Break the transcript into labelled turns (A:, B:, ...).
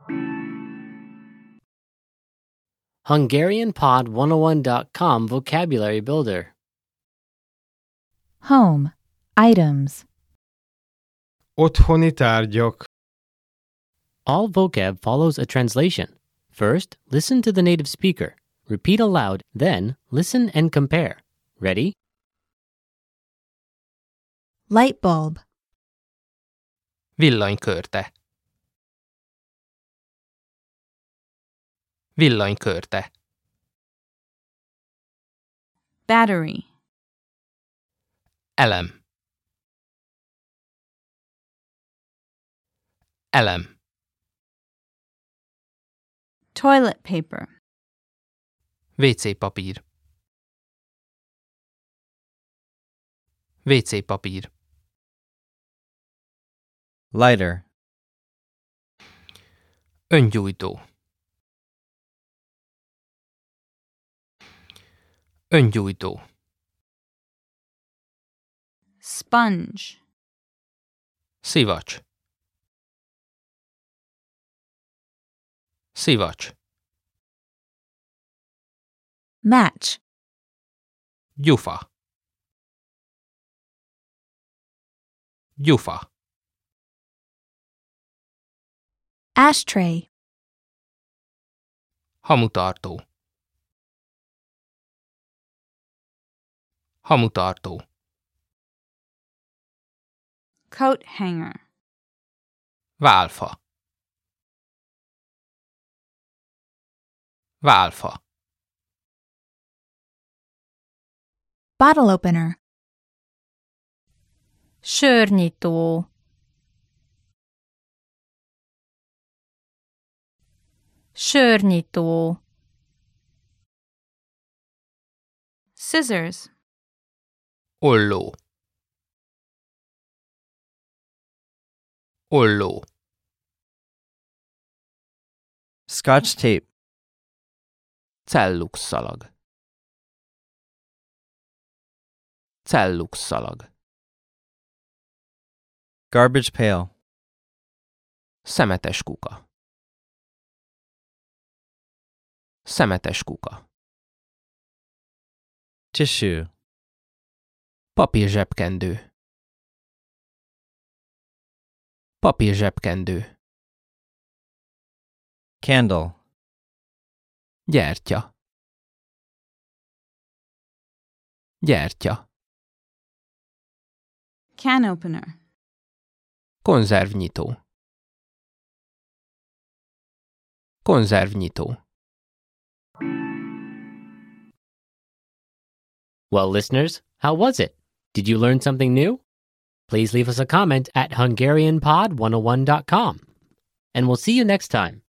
A: oh HungarianPod101.com Vocabulary Builder.
B: Home. Items.
C: Otthoni tárgyak.
A: All vocab follows a translation. First, listen to the native speaker. Repeat aloud, then, listen and compare. Ready?
B: Light bulb.
D: Villanykörte. Villanykörte.
E: battery,
D: Elem. Elem.
E: toilet paper,
D: WC papír. WC papír.
F: lighter,
D: Öngyújtó. Öngyújtó.
E: sponge,
D: Szivacs. Szivacs.
B: Match.
D: Gyufa. Gyufa.
B: Ashtray.
D: Hamutartó. Hamutartó.
E: coat hanger,
D: Válfa. Válfa.
B: Bottle opener. Sörnyitó. Sörnyitó.
E: scissors,
D: Olló. Olló.
F: scotch tape,
D: Cellux szalag. Cellux szalag.
F: garbage pail,
D: Szemetes kuka. Szemetes kuka.
F: tissue,
D: Papír zsebkendő. Papír zsebkendő.
F: candle,
D: Gyertya. Gyertya.
E: can opener,
D: Konzervnyitó. Konzervnyitó.
A: Well, listeners, how was it? Did you learn something new? oh Please leave us a comment at HungarianPod101.com. And we'll see you next time.